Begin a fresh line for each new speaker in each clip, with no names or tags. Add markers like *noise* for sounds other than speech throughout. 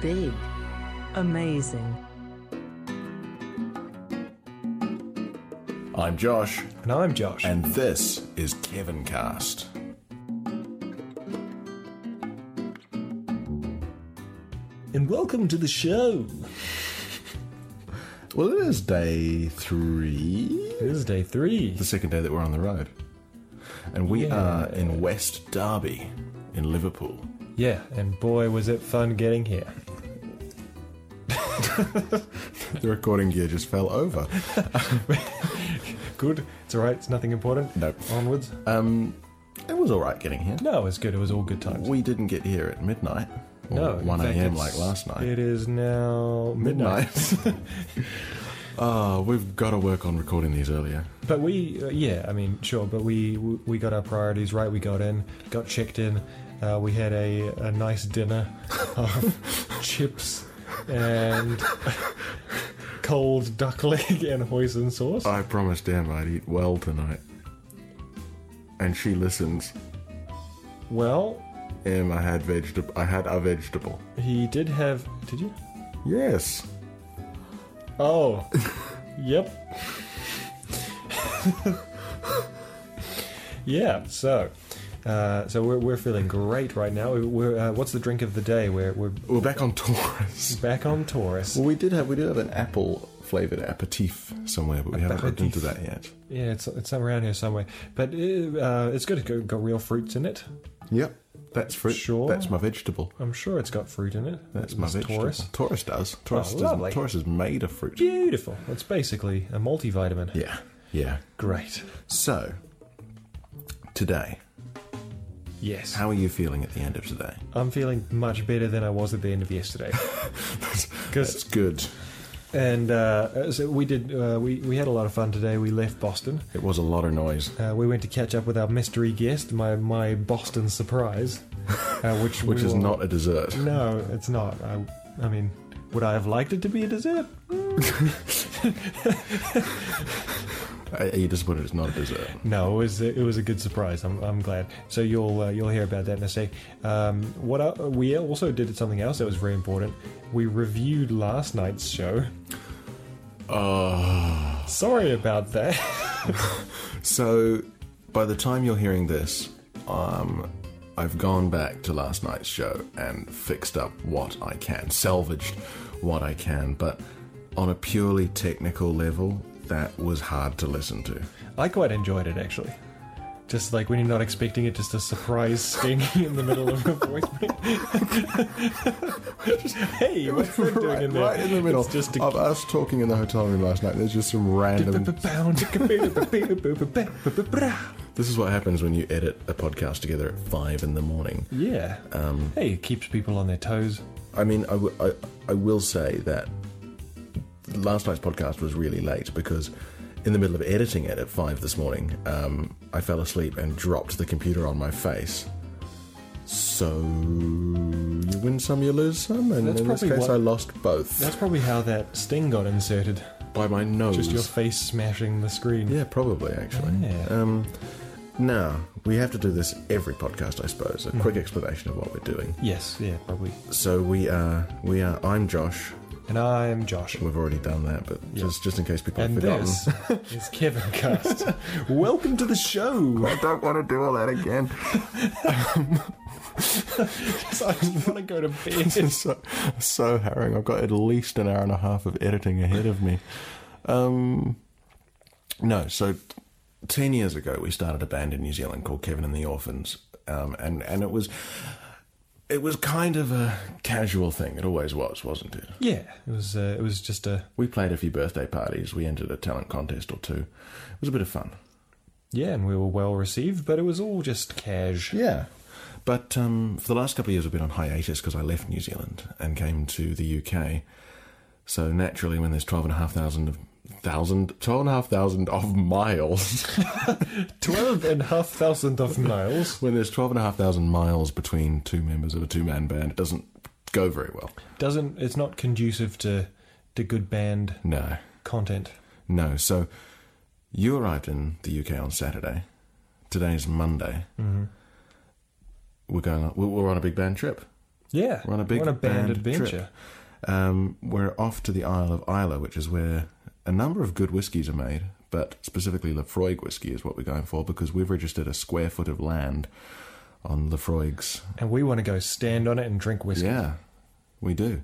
Big. Amazing.
I'm Josh,
And I'm Josh.
and this is Kevin Cast.
And welcome to the show.
Well, it is day three,
It is day three.
the second day that we're on the road, and we are in West Derby, in Liverpool.
Yeah, and boy, was it fun getting here.
The recording gear just fell over.
Good. It's all right. It's nothing important.
No.
Onwards.
Um, it was all right getting here.
No, it's good. It was all good times.
We didn't get here at midnight or
no, in
one
fact,
a.m.
it's-
like last night.
It is now midnight.
midnight. *laughs* oh, we've got to work on recording these earlier.
*laughs* But we, uh, yeah, I mean, sure, but we we got our priorities right. We got in, got checked in. Uh, we had a, a nice
*laughs*
dinner of chips
*laughs*
and cold duck leg and hoisin sauce.
I promised Em I'd eat well tonight, and she listens.
Well,
Em, I had vegetable. I had a vegetable.
he did have. Did you?
Yes.
Oh,
*laughs*
yep. yeah. So, uh, so we're, we're feeling great right now. We- We're uh, what's the drink of the day? We're we're
We're back on Taurus.
back on Taurus.
Well, we did have we did have an apple flavored aperitif somewhere, but we haven't looked into that yet.
Yeah, it's it's around here somewhere, but uh, it's good. It's got, got real fruits in it.
Yep. That's fruit.
Sure.
That's my vegetable.
I'm sure it's got fruit in it.
That's my
It's
vegetable.
Taurus.
Taurus Oh, does. Taurus
lovely.
does. Taurus is made of fruit.
Beautiful. It's basically a multivitamin.
Yeah. Yeah.
Great.
So today,
Yes.
how are you feeling at the end of today?
I'm feeling much better than I was at the end of yesterday.
*laughs* That's good.
And uh, so we did. Uh, we we had a lot of fun today. We left Boston.
It was a lot of noise,
Uh, we went to catch up with our mystery guest, my my Boston surprise,
*laughs*
uh, which
which
we
is
will-
not a dessert.
No, it's not. I, I mean, would I have liked it to be a dessert?
Are are you disappointed it's not a dessert?
No, it was a, it was a good surprise. I'm, I'm glad. So you'll uh, you'll hear about that in a sec. Um, what I, we also did something else that was very important. We reviewed last night's show.
Oh.
Sorry about that.
So, by the time you're hearing this, um, I've gone back to last night's show and fixed up what I can, salvaged what I can, but on a purely technical level, that was hard to listen to.
I quite enjoyed it actually. Just like when you're not expecting it, just a surprise sting in the middle of a *laughs* voicemail. hey, what's that doing in there?
right in the middle
It's just a *laughs*
of us talking in the hotel room last night. There's just some random. this is what happens when you edit a podcast together at five in the morning. Um,
yeah. hey, it keeps people on their toes.
I mean, I, w- I- I will say that last night's podcast was really late because in the middle of editing it at five this morning, um, I fell asleep and dropped the computer on my face. So you win some, you lose some, and
That's
in this
probably
case,
what-
I lost both
That's probably how that sting got inserted.
by my nose.
Just your face smashing the screen.
Yeah, probably actually.
Yeah.
Um, now we have to do this every podcast, I suppose.
Mm-hmm.
A quick explanation of what we're doing.
Yes, yeah, probably.
So we are, we are. I'm Josh.
And I'm Josh.
We've already done that, but just just in case people
And
have forgotten. *laughs*
this is Kevin Cast. Welcome to the show.
I don't want to do all that *laughs* again.
*laughs* I just want to go to bed.
It's so, so harrowing. I've got at least an hour and a half of editing ahead of me. Um, no, so t- 10 years ago, we started a band in New Zealand called Kevin and the Orphans. Um, and, and it was. It was kind of a casual thing. It always was, wasn't it?
Yeah, it was. Uh, it was just a
We played a few birthday parties. We entered a talent contest or two. It was a bit of fun.
yeah, and we were well received, but it was all just cash.
Yeah. But um, for the last couple of years, I've been on hiatus because I left New Zealand and came to the UK. So naturally, when there's 12,500 of, thousand, 12,500 of miles, *laughs*
Twelve and a half thousand of miles
when there's 12,500 miles between two members of a two man band, it doesn't go very well.
doesn't. It's not conducive to to good band
No.
content.
No. So you arrived in the UK on Saturday.
Mm-hmm.
Today's Monday. We're going. on- We're we're on a big band trip.
Yeah.
We're on a big
what a band,
band
adventure.
trip. Um, we're off to the Isle of Isla, which is where a number of good whiskies are made, but specifically Lefroig whiskey is what we're going for because we've registered a square foot of land on Lefroig's.
And we want to go stand on it and drink whiskey.
Yeah, we do.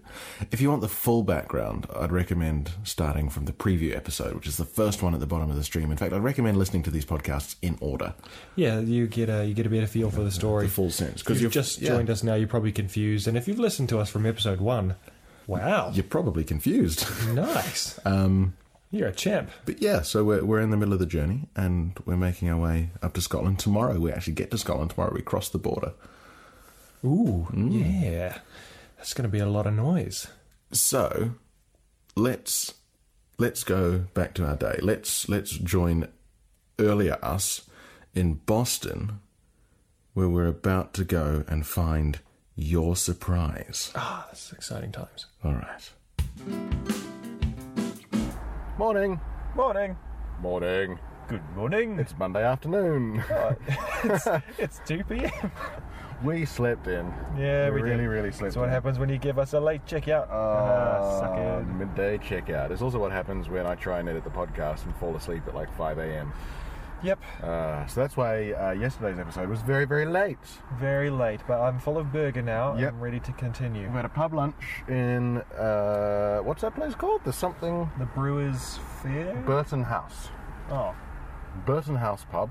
If you want the full background, I'd recommend starting from the preview episode, which is the first one at the bottom of the stream. In fact, I'd recommend listening to these podcasts in order,
Yeah, you get a you get a better feel for the story.
the full sense,
Because you've just joined us now, you're probably confused. And if you've listened to us from episode one, wow,
You're probably confused. *laughs*
nice,
Um,
you're a champ.
But yeah, so we're, we're in the middle of the journey and we're making our way up to Scotland tomorrow. We actually get to Scotland tomorrow. We cross the border.
Ooh,
Mm.
yeah, that's going to be a lot of noise.
So let's let's go back to our day. Let's let's join earlier us in Boston, where we're about to go and find your surprise.
Ah, that's exciting times.
All right. Morning.
Morning.
Morning.
Good morning.
It's Monday afternoon.
*laughs* It's 2 p.m.
*laughs* we slept in.
Yeah, we,
really,
did.
really slept
That's what
in.
happens when you give us a late checkout.
Uh,
Ah, sucker.
midday checkout. It's also what happens when I try and edit the podcast and fall asleep at like 5 a.m.
Yep,
Uh, so that's why uh, yesterday's episode was very, very late.
very late, but I'm full of burger now.
Yep.
I'm ready to continue.
We had a pub lunch in, uh, what's that place called? The something
The Brewers Fair.
Burton House.
oh,
Burton House Pub,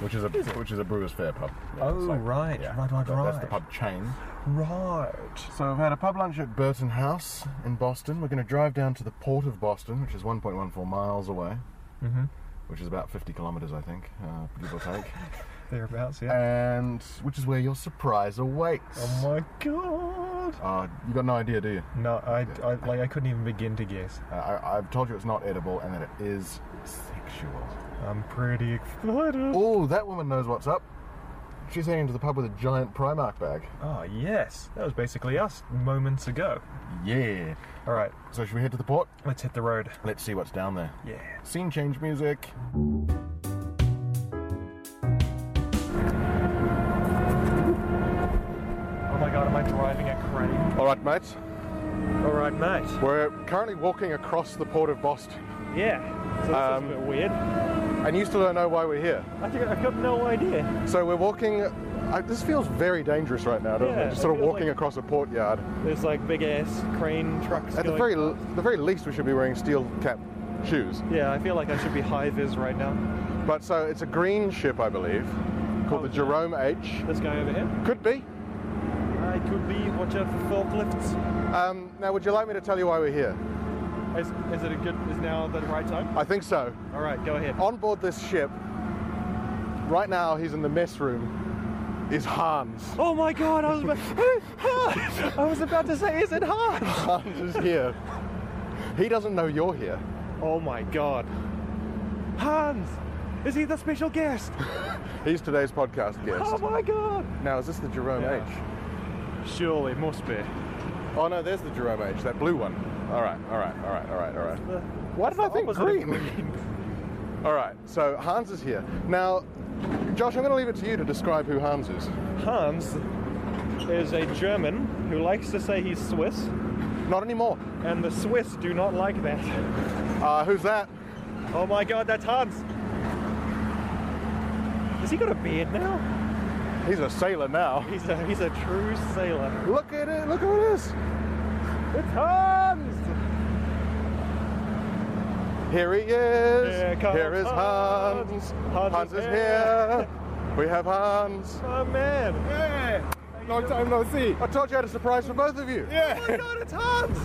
which is a which is a Brewers Fair pub. Yeah,
Oh,
it's
right, right, right,
that- That's the
right.
pub chain.
right.
So we've had a pub lunch at Burton House in Boston. We're going to drive down to the port of Boston, which is 1.14 miles away.
Mm-hmm.
which is about 50 kilometres, I think, uh, give or take.
Thereabouts, yeah.
and which is where your surprise awaits.
oh my god.
uh, you got no idea, do you?
No, I, I, like, I couldn't even begin to guess.
Uh, I, I've told you it's not edible and that it is sexual.
I'm pretty excited.
Oh, that woman knows what's up. She's heading to the pub with a giant Primark bag.
Oh, yes. That was basically us moments ago.
Yeah.
All right,
So should we head to the port?
let's hit the road.
Let's see what's down there.
Yeah.
Scene change music.
Oh my god, am I driving a crane?
All right, mates.
All right, mate.
We're currently walking across the port of Boston.
Yeah. So this
Um,
is a bit weird.
And you still don't know why we're here.
I think I've got no idea.
So we're walking. I, this feels very dangerous right now, doesn't
Yeah,
it? Just
it
sort of
feels
walking
like-
across a port yard.
There's like big ass crane trucks.
At the
going-
very, l- the very least, we should be wearing steel cap shoes.
Yeah, I feel like I should be high vis right now.
But so it's a green ship, I believe, called
Oh,
the
yeah.
Jerome H.
This guy over here.
Could be.
I could be. Watch out for forklifts.
Um, now, would you like me to tell you why we're here?
Is, is it a good? Is now the right time?
I think so.
All right, go ahead.
On board this ship, right now, he's in the mess room. Is Hans? *laughs*
Oh my god, I was about, *laughs* I was about to say, is it hard?
Hans is here. He doesn't know you're here.
Oh my god. Hans, is he the special guest?
He's today's podcast guest.
*laughs* Oh my god.
Now, is this the Jerome
Yeah.
H?
Surely must be.
Oh no, there's the Jerome H, that blue one. All right, all right, all right, all right, all right. Why did I think
Opposite of
green? All right, so Hans is here. Now, Josh, I'm going to leave it to you to describe who Hans is.
Hans is a German who likes to say he's Swiss,
Not anymore.
and the Swiss do not like that.
Uh, who's that?
Oh my god, that's Hans! Has he got a beard now?
He's a sailor now.
He's a he's a true sailor.
Look at it, look who it is.
It's Hans!
Here he is.
Here comes
here is Hans.
Hans. Hans is
is here.
here.
we have Hans.
Oh man!
Hey,
long
time no see. I told you I had a surprise for both of you.
Oh my god, it's Hans!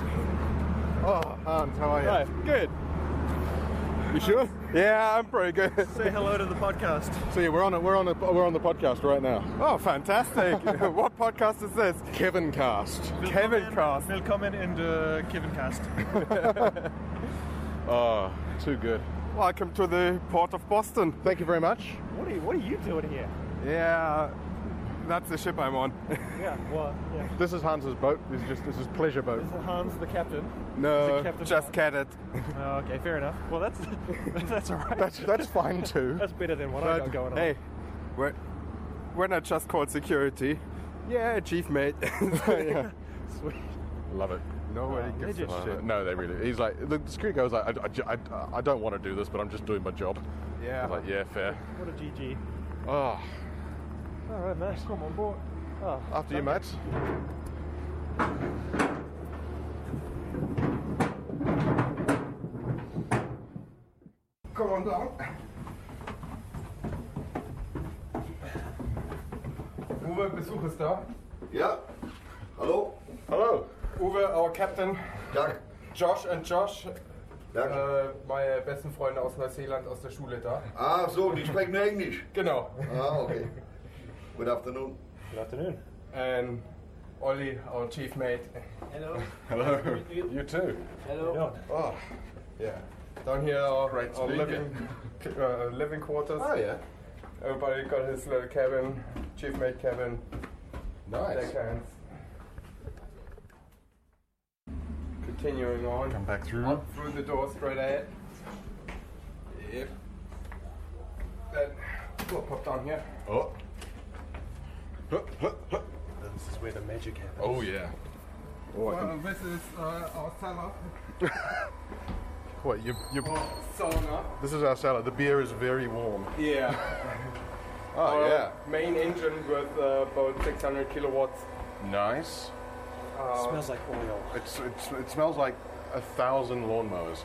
Oh, Hans, how are you?
good.
You sure? Yeah, I'm pretty good.
Say hello to the podcast.
So yeah, we're on it. We're on a, We're on the podcast right now. Oh,
*laughs*
fantastic! what podcast is this? Kevin Cast.
Kevin Cast. Willkommen in the Kevin Cast.
Oh, too good.
Welcome to the port of Boston.
Thank you very much.
What are you, what are you doing here?
Yeah, that's the ship I'm on. *laughs*
Yeah, well, yeah.
This is Hans's boat. This is just this is pleasure boat.
Is Hans the captain?
No,
Captain
just
Hook?
cadet.
Oh, okay, fair enough. Well, that's *laughs* that's all
*laughs*
right.
That's that's fine too.
*laughs* That's better than what I got going on.
hey, we're, we're not just called security.
Yeah, achieve
*laughs*
mate. *laughs* yeah.
Sweet. Love it.
Nobody
They
gives a
just-
shit.
No, they really. He's like, the security guy was like, I, I ju- I- I don't want to do this, but I'm just doing my job. I
Yeah.
was like, yeah, fair.
What a GG.
Oh,
All right, mate. Come on board. Oh,
after you, Matt.
Come on down. Uwe, Besuch ist da.
Yeah. Hello.
Hello. Uwe, our captain.
Doug.
Josh and Josh.
Doug.
Äh, meine besten Freunde aus Neuseeland aus der Schule da.
ah, so, die sprechen nur Englisch.
Genau.
Ah, okay. Good afternoon.
good afternoon.
And Olli, our chief mate. *laughs*
Hello.
Hello. you too.
Hello.
Oh, yeah. Down here, our,
Great to
our
be
living, uh, living quarters.
Oh, yeah.
Everybody got his little cabin, chief mate cabin,
Nice.
deckhands. Continuing on.
Come back through.
Up through the door straight ahead. Yep. Then we'll pop down here.
Oh.
This is where the magic happens.
Oh, yeah. Oh, I can,
this is uh, our cellar.
*laughs* wait, you, you,
Or sauna.
this is our salad. The beer is very warm.
Yeah.
Oh,
Our
yeah.
Main engine with uh, about 600 kilowatts.
Nice.
Uh,
smells like oil.
It's, it's, it smells like a thousand lawnmowers.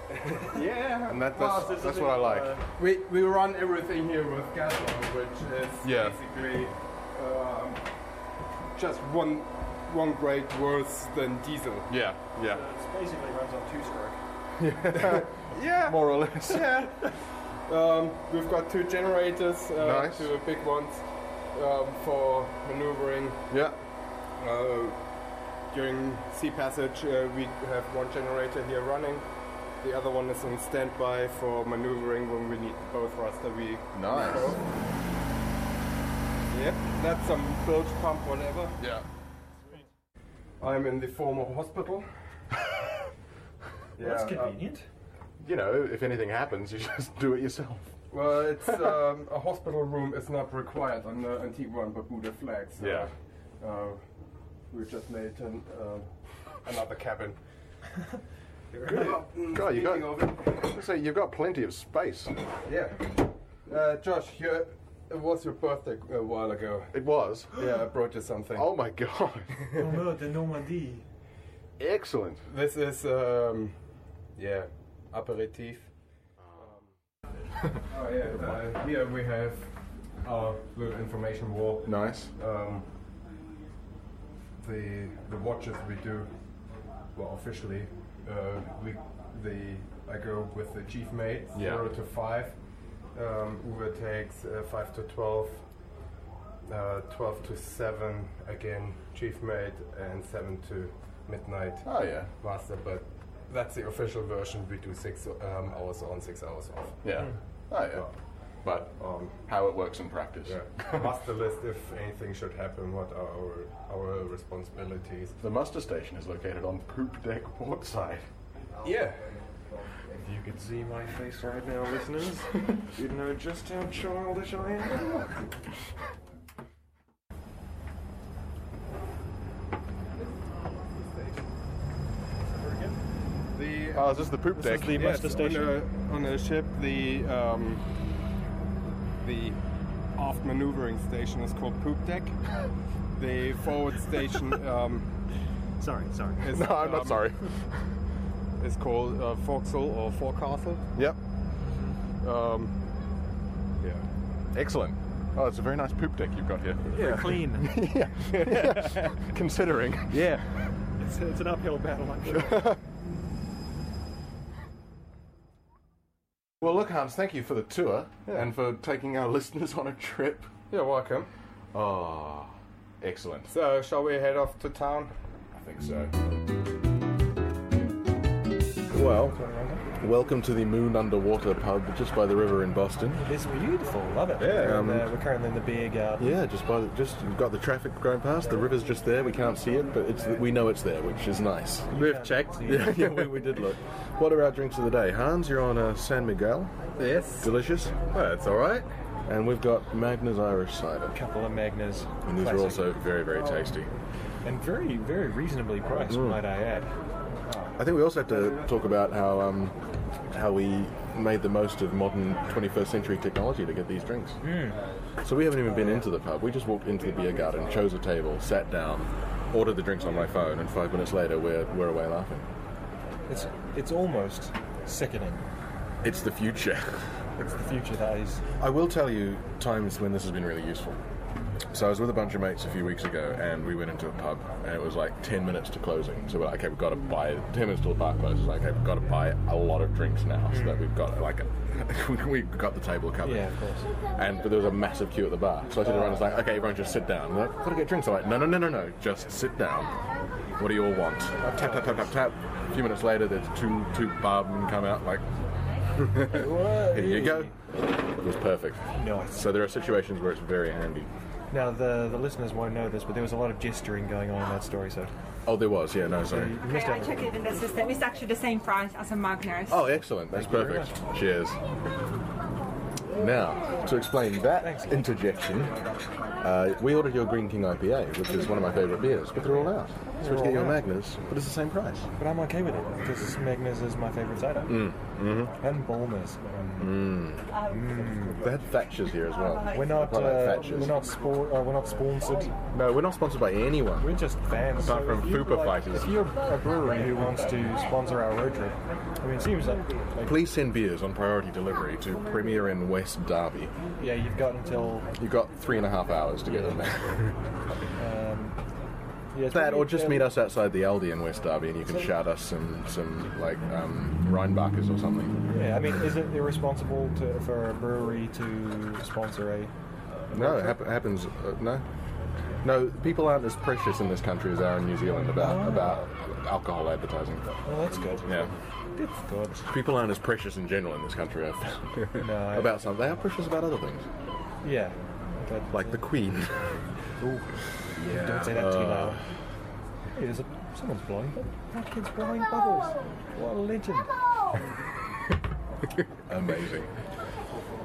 Yeah.
And that, that's,
Well,
that's what I like.
Uh,
we, we run everything here with Gaslon, which is
Yeah.
basically um, just one one grade worse than diesel.
yeah, yeah.
uh, It's basically runs on two stroke.
Yeah.
More or less.
*laughs* Yeah. Um, we've got two generators, uh,
Nice.
two big ones um, for maneuvering.
Yeah.
Uh, during sea passage, uh, we have one generator here running. The other one is on standby for maneuvering when we need both thruster. We
Nice.
both. Yep, that's some bilge pump, whatever.
Yeah.
I'm in the former hospital. *laughs* yeah,
That's
uh,
convenient.
You know, if anything happens, you *laughs* just do it yourself.
Well, it's um, a hospital room is not required on the Antigua and Barbuda flag. So,
Yeah.
Uh, we just made an, uh, another cabin.
God, you
Speaking
got. So you've got plenty of space.
Yeah. Uh, Josh, you, it was your birthday a while ago.
It was.
Yeah, I brought you something.
Oh my god.
Oh no, the Normandy.
Excellent.
This is, um, yeah, aperitif. Um, oh, yeah. Uh, here we have our little information wall.
Nice.
um, the the watches we do well officially uh, we the I go with the chief mate
Yeah.
zero to five um, Uwe takes uh, five to twelve uh, twelve to seven again chief mate and seven to midnight
Oh yeah.
master but that's the official version we do six um, hours on six hours off
Yeah. Oh yeah. But
um,
how it works in practice.
yeah. master list if anything should happen what are our, our responsibilities
The muster station is located on poop deck port side.
Yeah.
If you could see my face right now, listeners, *laughs* you'd know just how childish I am.
The
Oh, is this the poop deck?
is the
yes,
muster station.
on a, on a ship, the um, the aft maneuvering station is called poop
*laughs*
deck. the forward station um,
Sorry, sorry.
is
no, I'm
um,
not sorry.
*laughs* Is called uh, forecastle or forecastle.
Yep.
Um, yeah.
Excellent. Oh, it's a very nice poop deck you've got
*laughs*
here.
Clean. *laughs*
Considering.
Yeah. It's, it's an uphill battle, I'm sure.
Well, look, Hans, thank you for the tour and for taking our *laughs* listeners on a trip.
You're welcome.
Oh, excellent.
So, shall we head off to town?
I think so.
Well, welcome to the Moon Underwater pub just by the river in Boston.
It's beautiful. Love it.
Yeah, um,
And, uh, we're currently in the beer garden.
Yeah, just by the, just you've got the traffic going past. The river's just there. We can't see it, but it's we know it's there, which is nice.
We've
*laughs*
checked.
Yeah, yeah, we, we did look. What are our drinks of the day? Hans, you're on uh, San Miguel.
Yes.
Delicious.
Well, it's all right.
And we've got Magnus Irish cider.
Couple of Magnas.
And these are
classic.
also very, very tasty.
And very, very reasonably priced,
Mm.
might I add.
I think we also have to talk about how um, how we made the most of modern 21st century technology to get these drinks.
Hmm.
So we haven't even been into the pub. We just walked into the beer garden, chose a table, sat down, ordered the drinks on my phone, and five minutes later we're, we're away laughing.
It's it's almost sickening.
It's the future. *laughs*
It's the future that is.
I will tell you times when this has been really useful. So I was with a bunch of mates a few weeks ago, and we went into a pub, and it was like 10 minutes to closing. So we're like, okay, we've got to buy 10 minutes till the bar closes. Like, okay, we've got to buy a lot of drinks now, so that we've got like a, *laughs* we've got the table covered.
Mm. Yeah, of course.
And but there was a massive queue at the bar. So I said to everyone, I was like, okay, everyone just sit down. And They're like, gotta get drinks. I'm like, no, no, no, no, no, just sit down. What do you all want? Tap, tap, tap, tap, tap. A few minutes later, there's two two barmen come out like, *laughs* here you go. It was perfect.
Nice.
So there are situations where it's very handy.
Now the the listeners won't know this, but there was a lot of gesturing going on in that story, so
Oh, there was. Yeah, no, sorry.
you missed
Okay, I
out.
checked it in the system. It's actually the same price as a Magners.
Oh, excellent. That's
Thank you very
perfect. Cheers. Now, to explain that interjection, uh, we ordered your Green King IPA, which is one of my favourite beers, but they're all out. So we had to get your Magnus, but it's the same price.
But I'm okay with it because Magnus is my favorite cider.
Mm, mm-hmm.
And Bulmers.
They had Thatcher's here as well.
We're not
Quite like
uh,
Thatcher's.
we're not sport, uh, we're not sponsored.
No, we're not sponsored by anyone.
We're just fans.
Apart from
if you'd
Fupa
like-
fighters.
If you're a brewery who wants to sponsor our road trip, I mean, it seems like, like
Please send beers on priority delivery to Premier in West Derby.
yeah, you've got until
You've got three and a half hours to get them there.
yeah, it's
That,
probably
or just
fairly-
meet us outside the Aldi in West Derby, and you can shout us some some like um, Rheinbachers or something.
Yeah, I mean, is it irresponsible to, for a brewery to sponsor a?
No, it hap- happens. Uh, no, no. People aren't as precious in this country as they are in New Zealand
Oh.
about about alcohol advertising.
Well, that's good.
Yeah,
It's
*laughs*
good.
people aren't as precious in general in this country. I've found
No, I-
about something. They are precious about other things,
yeah. But,
like the Queen.
ooh, don't say that too loud.
uh,
Hey, there's a, someone's blowing. bu- That kid's blowing bubbles. What a legend.
*laughs* Amazing.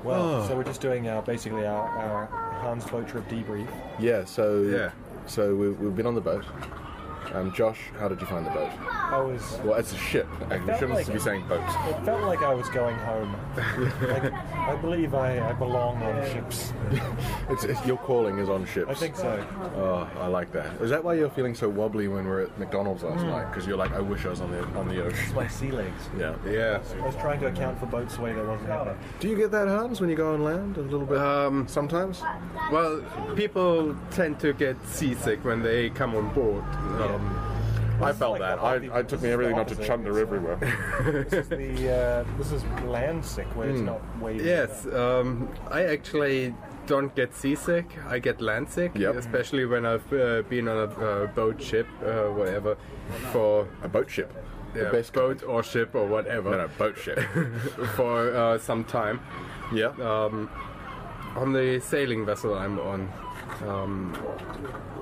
Well, so we're just doing our basically our, our Hans boat trip debrief.
Yeah. So
Yeah.
So we've, we've been on the boat. Um, Josh, how did you find the boat?
I was
Well, it's a ship. I
felt
shouldn't
like-
be saying boat.
It felt like I was going home. like, I believe I, I belong on ships.
It's, it's your calling is on ships.
I think so.
Oh, I like that. Is that why you're feeling so wobbly when we were at McDonald's last
Hmm.
night? Because you're like, I wish I was on the on the ocean.
My sea legs.
Yeah.
Yeah.
I was trying to account for boats the way that wasn't happening.
Do you get that, Hans, when you go on land? A little bit.
Um,
Sometimes.
well, people tend to get seasick when they come on board. Um,
I felt
like
that.
the opposite-
I, I took me everything not to
opposite.
chunder everywhere.
This is the uh, this is land sick where
Hmm.
it's not wavy.
*laughs* Yes, um, I actually don't get seasick. I get land sick,
Yep. Mm.
especially when I've uh, been on a uh, boat, ship, uh, whatever, for
a boat ship.
yeah,
the best
boat or ship or whatever.
No, no, boat
*laughs*
ship.
for uh, some time
yeah.
um, on the sailing vessel I'm on. Um,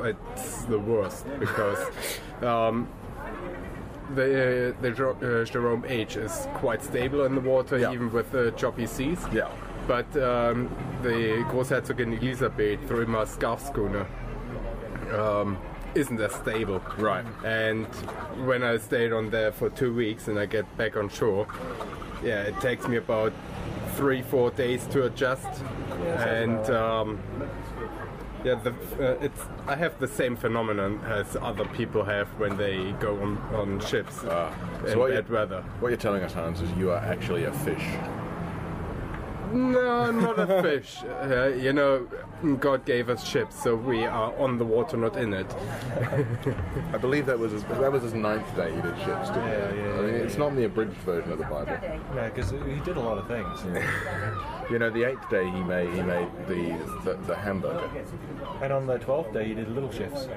it's the worst because um, the the Jer- uh, Jerome H is quite stable in the water,
Yeah.
even with uh, choppy seas.
Yeah.
But um, the Großherzogin Elisabeth through my scarf schooner um, isn't as stable.
Right.
And when I stayed on there for two weeks and I get back on shore, yeah, it takes me about three, four days to adjust. and um, yeah, the, uh, it's I have the same phenomenon as other people have when they go on, on ships
Ah. So
in
what you-
bad weather.
What you're telling us, Hans, is you are actually a fish.
No,
*laughs*
not a fish. Uh, you know, God gave us ships, so we are on the water, not in it.
I believe that was his, that was his ninth day he did ships. Didn't
Yeah,
he?
yeah,
I mean,
yeah,
it's not the abridged version of the Bible.
Yeah, because he did a lot of things.
You know, the eighth day he made he made the the, the hamburger,
And on the twelfth day, he did little shifts.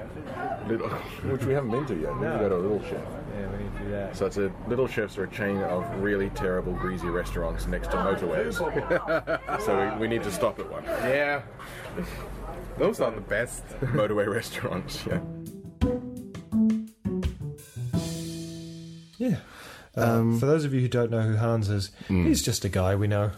Little- *laughs* which we haven't been to yet. We need to go to a little chef.
Yeah, we need to do that.
So it's a little chefs are a chain of really terrible greasy restaurants next to motorways. *laughs* so we, we need to stop at one.
Yeah, those are the best.
Motorway restaurants. Yeah.
Yeah.
Uh,
Um, Hmm. for those of you who don't know who Hans is, he's just a guy we know.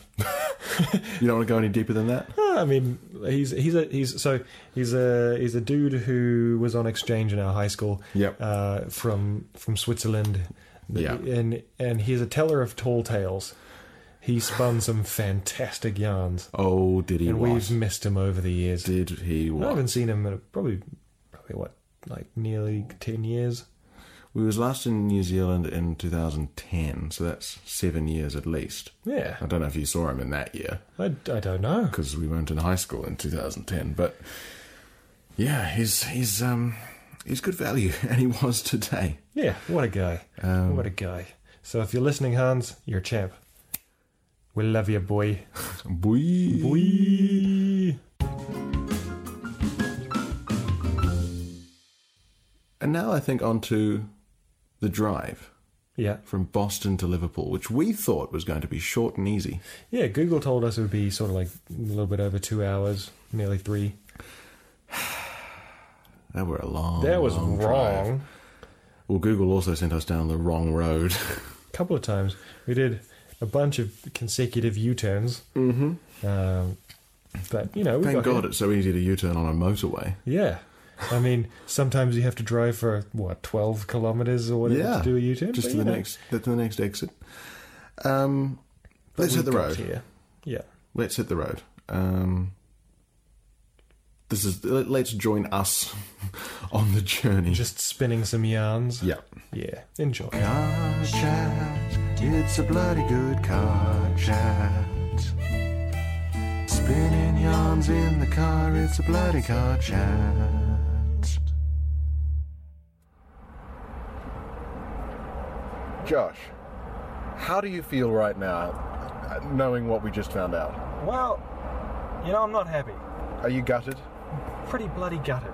You don't want to go any deeper than that?
No, I mean he's he's a he's so he's a he's a dude who was on exchange in our high school.
Yep.
Uh, from from Switzerland.
Yeah.
And and he's a teller of tall tales. He spun some fantastic yarns,
Oh, did he
and
what?
we've missed him over the years.
Did he
I
what?
haven't seen him in probably probably what like nearly ten years.
We was last in New Zealand in 2010, so that's seven years at least.
Yeah.
I don't know if you saw him in that year
I, I don't know.
because we weren't in high school in 2010, but yeah, he's he's um he's good value, *laughs* and he was today.
Yeah, what a guy.
Um,
what a guy. So if you're listening, Hans, you're a champ. We love you, boy.
Boy.
Boy.
And now I think on to the drive
Yeah.
from Boston to Liverpool, which we thought was going to be short and easy.
Yeah, Google told us it would be sort of like a little bit over two hours, nearly three.
That were a long.
that was wrong.
long drive. Well, Google also sent us down the wrong road. *laughs*
A couple of times. We did a bunch of consecutive U turns. Mm-hmm. Um, but, you know, we
Thank
got
God
here.
it's so easy to U-turn on a motorway.
Yeah. I mean, sometimes you have to drive for, what, 12 kilometers or whatever to do a U turn?
Just to the next, to the next exit. Um, let's hit the road.
Here. Yeah.
Let's hit the road. Um, this is. let- Let's join us *laughs* on the journey.
Just spinning some yarns.
yeah.
Yeah. Enjoy.
Car chat. It's a bloody good car chat. Spinning yarns in the car. It's a bloody car chat.
Josh, how do you feel right now, uh, knowing what we just found out?
Well, you know, I'm not happy.
Are you gutted?
Pretty bloody gutted.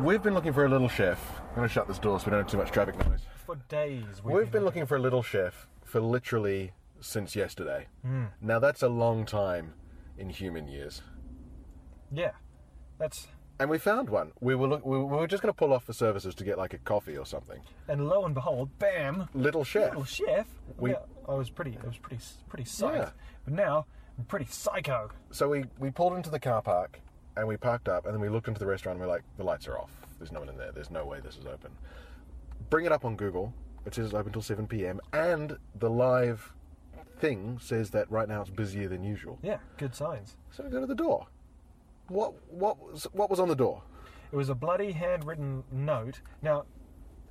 We've been looking for a little chef. I'm going to shut this door so we don't have too much traffic noise.
For days.
We've been looking for a little chef for literally since yesterday.
Hmm.
Now that's a long time in human years.
Yeah. That's.
And we found one. We were look, we were we were just going to pull off for services to get like a coffee or something.
And lo and behold, bam!
Little chef.
Little Oh, chef.
We-
Yeah, I was pretty. I was pretty. Pretty psyched.
Yeah.
But now I'm pretty psycho.
So we we pulled into the car park and we parked up and then we looked into the restaurant and we're like the lights are off. There's no one in there. There's no way this is open. Bring it up on Google. It says it's open till 7 p.m. and the live thing says that right now it's busier than usual.
Yeah. Good signs.
So we go to the door. What what was what was on the door?
It was a bloody handwritten note. Now,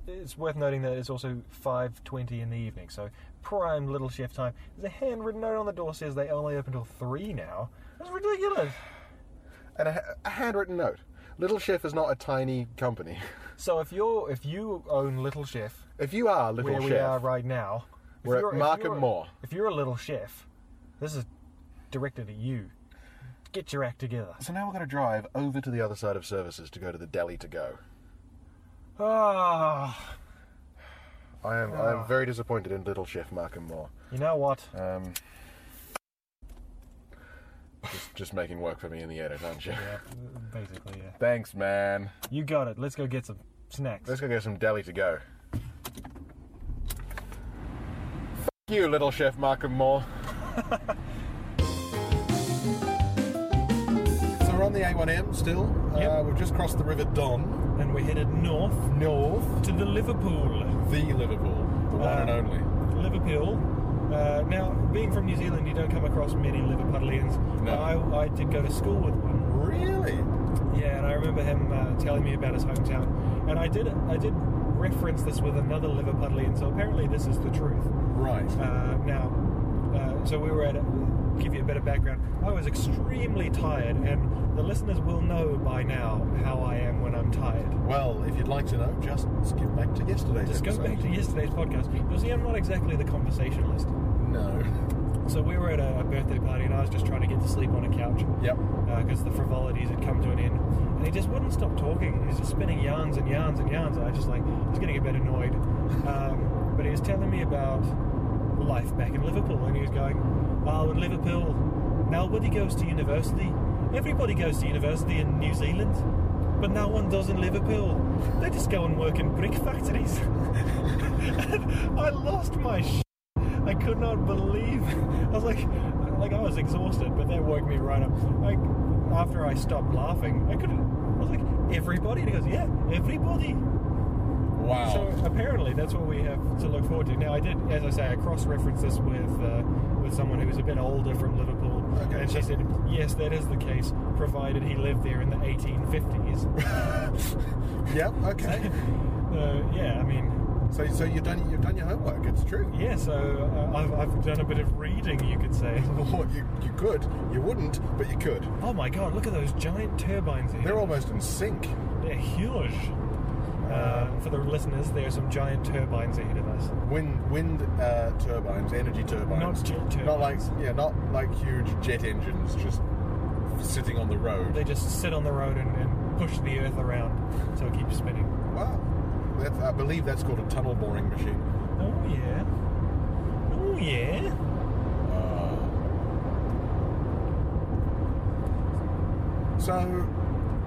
it's worth noting that it's also 5:20 in the evening, so prime little chef time. There's a handwritten note on the door says they only open till three now. That's ridiculous.
And a, ha- a handwritten note. Little Chef is not a tiny company. *laughs*
So if you're if you own Little Chef,
If you are Little
where
Chef,
we are right now, if
We're at
you're- if
Markham
you're-
Moor.
If you're a Little Chef, this is directed at you. Get your act together.
so now we're going to drive over to the other side of services to go to the deli to go.
Ah,
I am I am very disappointed in Little Chef Markham Moore.
you know what?
Um, just, just making work for me in the edit, aren't you?
Yeah, basically, yeah.
Thanks, man.
You got it. Let's go get some snacks.
Let's go get some deli to go. F- you, Little Chef Markham Moore. so we're on the A1M still. Uh,
Yep.
we've just crossed the River Don.
And we're headed north
North.
to the Liverpool.
The Liverpool. The one and
Uh,
only.
Liverpool. Uh, now, being from New Zealand, you don't come across many Liverpudlians.
No.
I, I did go to school with one.
Really?
Yeah, and I remember him uh, telling me about his hometown. And I did, I did reference this with another Liverpudlian. So apparently, this is the truth.
Right.
Uh, now, uh, so we were at. Give you a bit of background. I was extremely tired, and the listeners will know by now how I am when I'm tired.
Well, if you'd like to know, just skip back to yesterday's
Just go
episode.
back to yesterday's podcast. You'll see, I'm not exactly the conversationalist.
No.
So we were at a, a birthday party, and I was just trying to get to sleep on a couch
Yep.
because the frivolities had come to an end. And he just wouldn't stop talking. He was just spinning yarns and yarns and yarns. And I just like was getting a bit annoyed. Um, but he was telling me about life back in Liverpool, and he was going, "Oh, in Liverpool, nobody goes to university. Everybody goes to university in New Zealand." But no one does in Liverpool. They just go and work in brick factories. *laughs* And I lost my I could not believe. I was like, Like I was exhausted, but that woke me right up. Like after I stopped laughing, I couldn't. I was like, everybody. And he goes, yeah, everybody.
Wow.
So apparently, that's what we have to look forward to. Now, I did, as I say, I cross-referenced this with uh, with someone who's a bit older from Liverpool, and she said, "Yes, that is the case, provided he lived there in the 1850s."
yep. Okay.
uh, yeah, I mean,
so so you've done you've done your homework. It's true.
yeah. So uh, I've, I've done a bit of reading, you could say.
Or you, you could. You wouldn't, but you could.
Oh my God! Look at those giant turbines here.
They're almost in sync.
They're huge. Uh, for the listeners, there are some giant turbines ahead of us.
Wind wind uh, turbines, energy turbines.
Not jet
Not like
turbines.
yeah, not like huge jet engines just sitting on the road.
They just sit on the road and, and push the earth around, so it keeps spinning.
wow. That's, I believe that's called a tunnel boring machine.
Oh yeah. Oh yeah.
So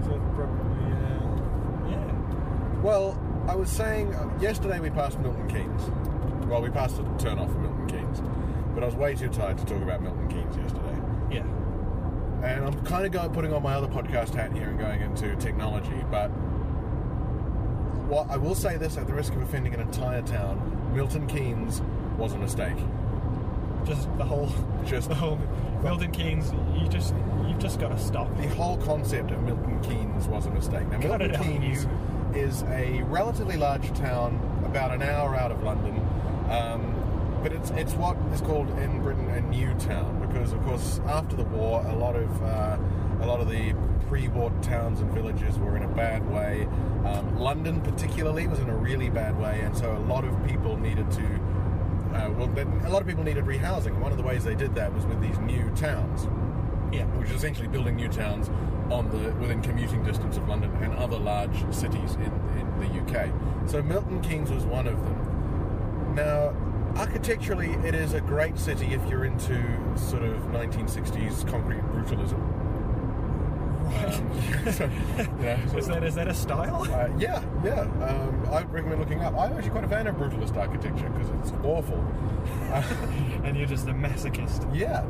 So probably uh, yeah.
Well, I was saying uh, yesterday we passed Milton Keynes. Well, we passed a turn off of Milton Keynes, but I was way too tired to talk about Milton Keynes yesterday.
Yeah.
And I'm kind of going putting on my other podcast hat here and going into technology, but what I will say this at the risk of offending an entire town: Milton Keynes was a mistake.
Just the whole
Just
the whole Milton Keynes. You just you've just got to stop.
the whole concept of Milton Keynes was a mistake. Now,
Cut
Milton
it out,
Keynes is a relatively large town, about an hour out of London, um, but it's it's what is called in Britain a new town because, of course, after the war, a lot of uh, a lot of the pre-war towns and villages were in a bad way. Um, London, particularly, was in a really bad way, and so a lot of people needed to. Uh, well, then a lot of people needed rehousing. and One of the ways they did that was with these new towns
Yeah.
which is essentially building new towns on the within commuting distance of London and other large cities in, in the UK. So Milton Keynes was one of them. Now, architecturally, it is a great city if you're into sort of 1960s concrete brutalism. Um, *laughs* so, you know,
Is that is that a style?
uh, yeah, yeah. Um, I recommend looking up. I'm actually quite a fan of brutalist architecture because it's awful.
and you're just a masochist.
Yeah,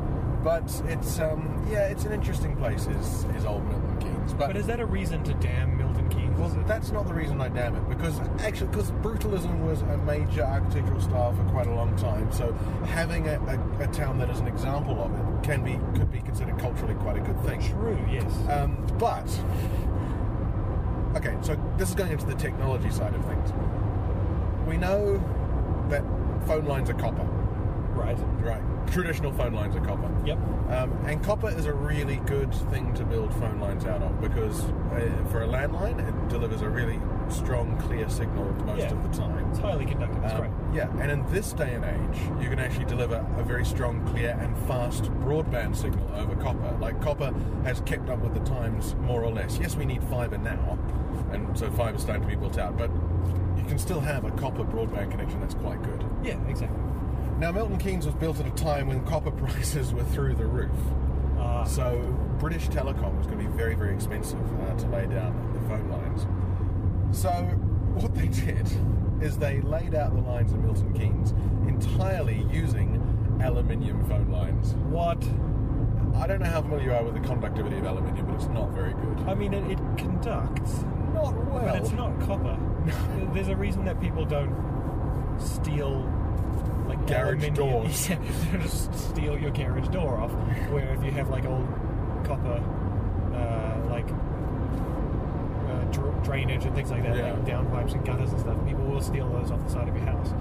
but it's um, yeah, it's an interesting place. Is is old Milton Keynes? But,
But is that a reason to damn Milton Keynes?
well,
is it?
that's not the reason I damn it because actually, because brutalism was a major architectural style for quite a long time. So having a, a, a town that is an example of it can be could be considered culturally quite a good thing.
true. Yes.
Um, but okay, so this is going into the technology side of things. We know that phone lines are copper,
right.
right? Traditional phone lines are copper.
Yep.
Um, and copper is a really good thing to build phone lines out of because uh, for a landline, it delivers a really strong, clear signal most
Yeah.
of the time.
It's highly conductive. That's
Um,
great.
Yeah, and in this day and age, you can actually deliver a very strong, clear, and fast broadband signal over copper. Like copper has kept up with the times more or less. Yes, we need fibre now, and so fibre's starting to be built out, but you can still have a copper broadband connection that's quite good.
Yeah. Exactly.
Now, Milton Keynes was built at a time when copper *laughs* prices were through the roof.
Uh,
So British Telecom was going to be very, very expensive uh, to lay down the phone lines. So what they did is they laid out the lines in Milton Keynes entirely using aluminium phone lines.
what?
I don't know how familiar you are with the conductivity of aluminium, but it's not very good.
I mean, it, it conducts.
Not well.
But it's not
*laughs*
copper. There's a reason that people don't steal like
Garage
aluminium- *laughs*
doors.
Yeah, they just steal your garage door
*laughs*
off. Where if you have like old copper, uh, like uh, dr- drainage and things like that,
Yeah.
like downpipes and gutters and stuff, people will steal those off the side of your house.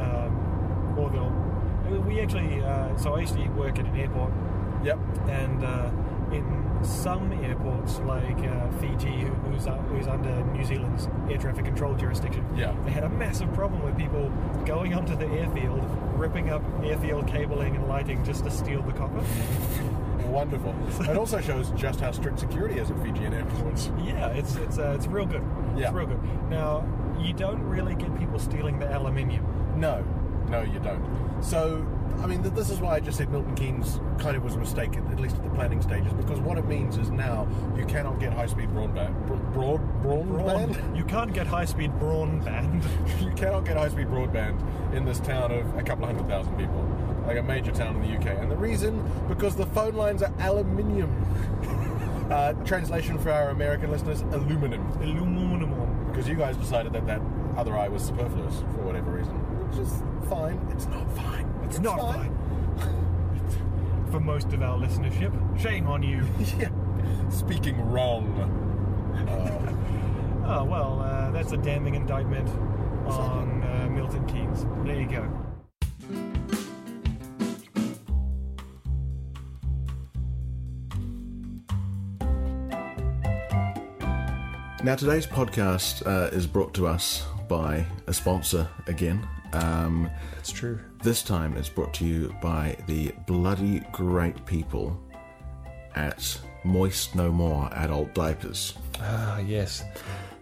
Um, or they'll. We actually. Uh, so I used to work at an airport
Yep.
and uh, in some airports like uh, Fiji, who, who's, uh, who's under New Zealand's air traffic control jurisdiction,
Yeah.
they had a massive problem with people going onto the airfield, ripping up airfield cabling and lighting just to steal the copper.
Wonderful. it also shows just how strict security is at Fijian airports.
Yeah, it's it's uh, it's real good.
Yeah.
It's real good. Now you don't really get people stealing the aluminium.
No. No, you don't.
So, I mean, th- this is why I just said Milton Keynes kind of was a mistake, at at least at the planning stages, because what it means is now you cannot get high speed broadband. Broad, broad,
Brawn.
broadband?
You can't get high speed brawn band. *laughs*
*laughs* You cannot get high speed broadband in this town of a couple of hundred thousand people, like a major town in the UK. And the reason, because the phone lines are *laughs* aluminium. uh, translation for our American listeners, aluminum.
Illuminum.
Because you guys decided that that other eye was superfluous for whatever reason. Which is fine. It's not fine.
It's, not fine. *laughs* For most of our listenership, shame on you.
yeah. Speaking wrong.
oh, well, uh, that's a damning indictment on uh, Milton Keynes. There you go.
Now, today's podcast uh, is brought to us by a sponsor again. Um,
That's true.
This time it's brought to you by the bloody great people at Moist No More Adult Diapers.
Ah, yes.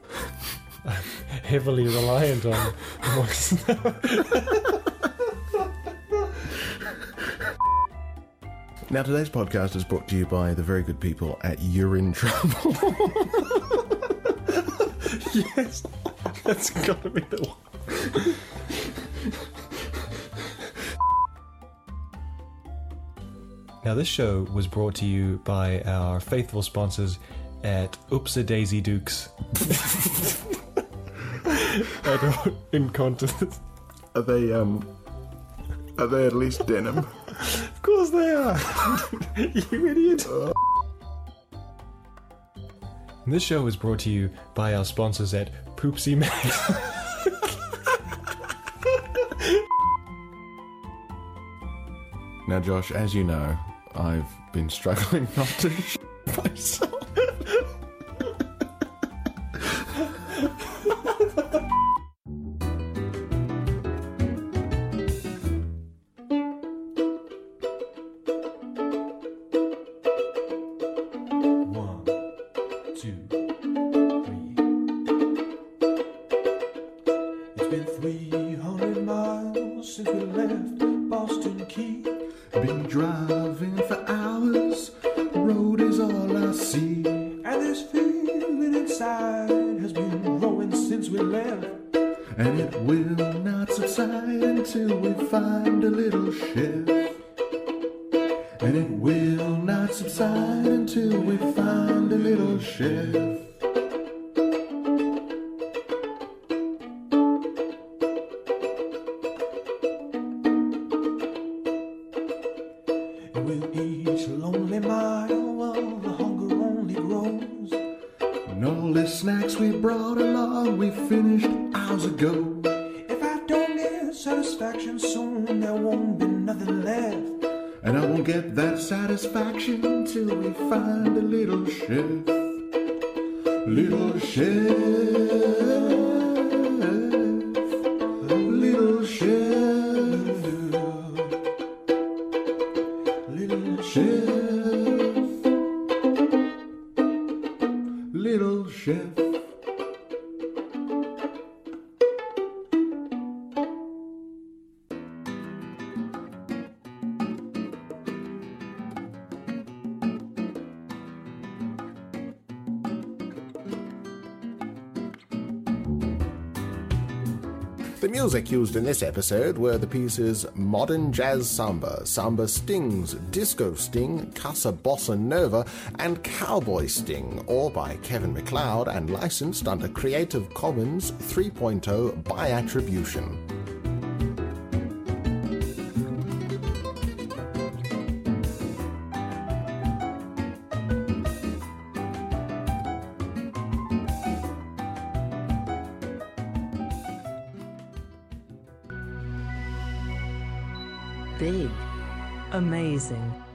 *laughs* I'm heavily reliant on *laughs* voice.
Now, today's podcast is brought to you by the very good people at Urine Trouble.
yes, that's gotta be the one. Now, this show was brought to you by our faithful sponsors at Oopsie Daisy Dukes. Adult incontinence.
*laughs* Are they, um, are they at least denim?
Of course they are. you idiot. This show is brought to you by our sponsors at Poopsie *laughs* Max.
Now, Josh, as you know, I've been struggling *laughs* not to shit myself.
One, two, three.
It's been 300 miles since we left Boston Key.
Been driving for hours, road is all I see.
And this feeling inside has been growing since we left.
And it will not subside until we find a little shift. And it will not subside until we find a little shift.
And with each lonely mile, the hunger only grows.
And all the snacks we brought along, we finished hours ago.
If I don't get satisfaction soon, there won't be nothing left.
And I won't get that satisfaction till we find a little shift. Little shift. Little shift. Little shift. Little shift.
The music used in this episode were the pieces Modern Jazz Samba, Samba Stings, Disco Sting, Casa Bossa Nova, and Cowboy Sting, all by Kevin McLeod and licensed under Creative Commons 3.0 by attribution.
Big. Amazing.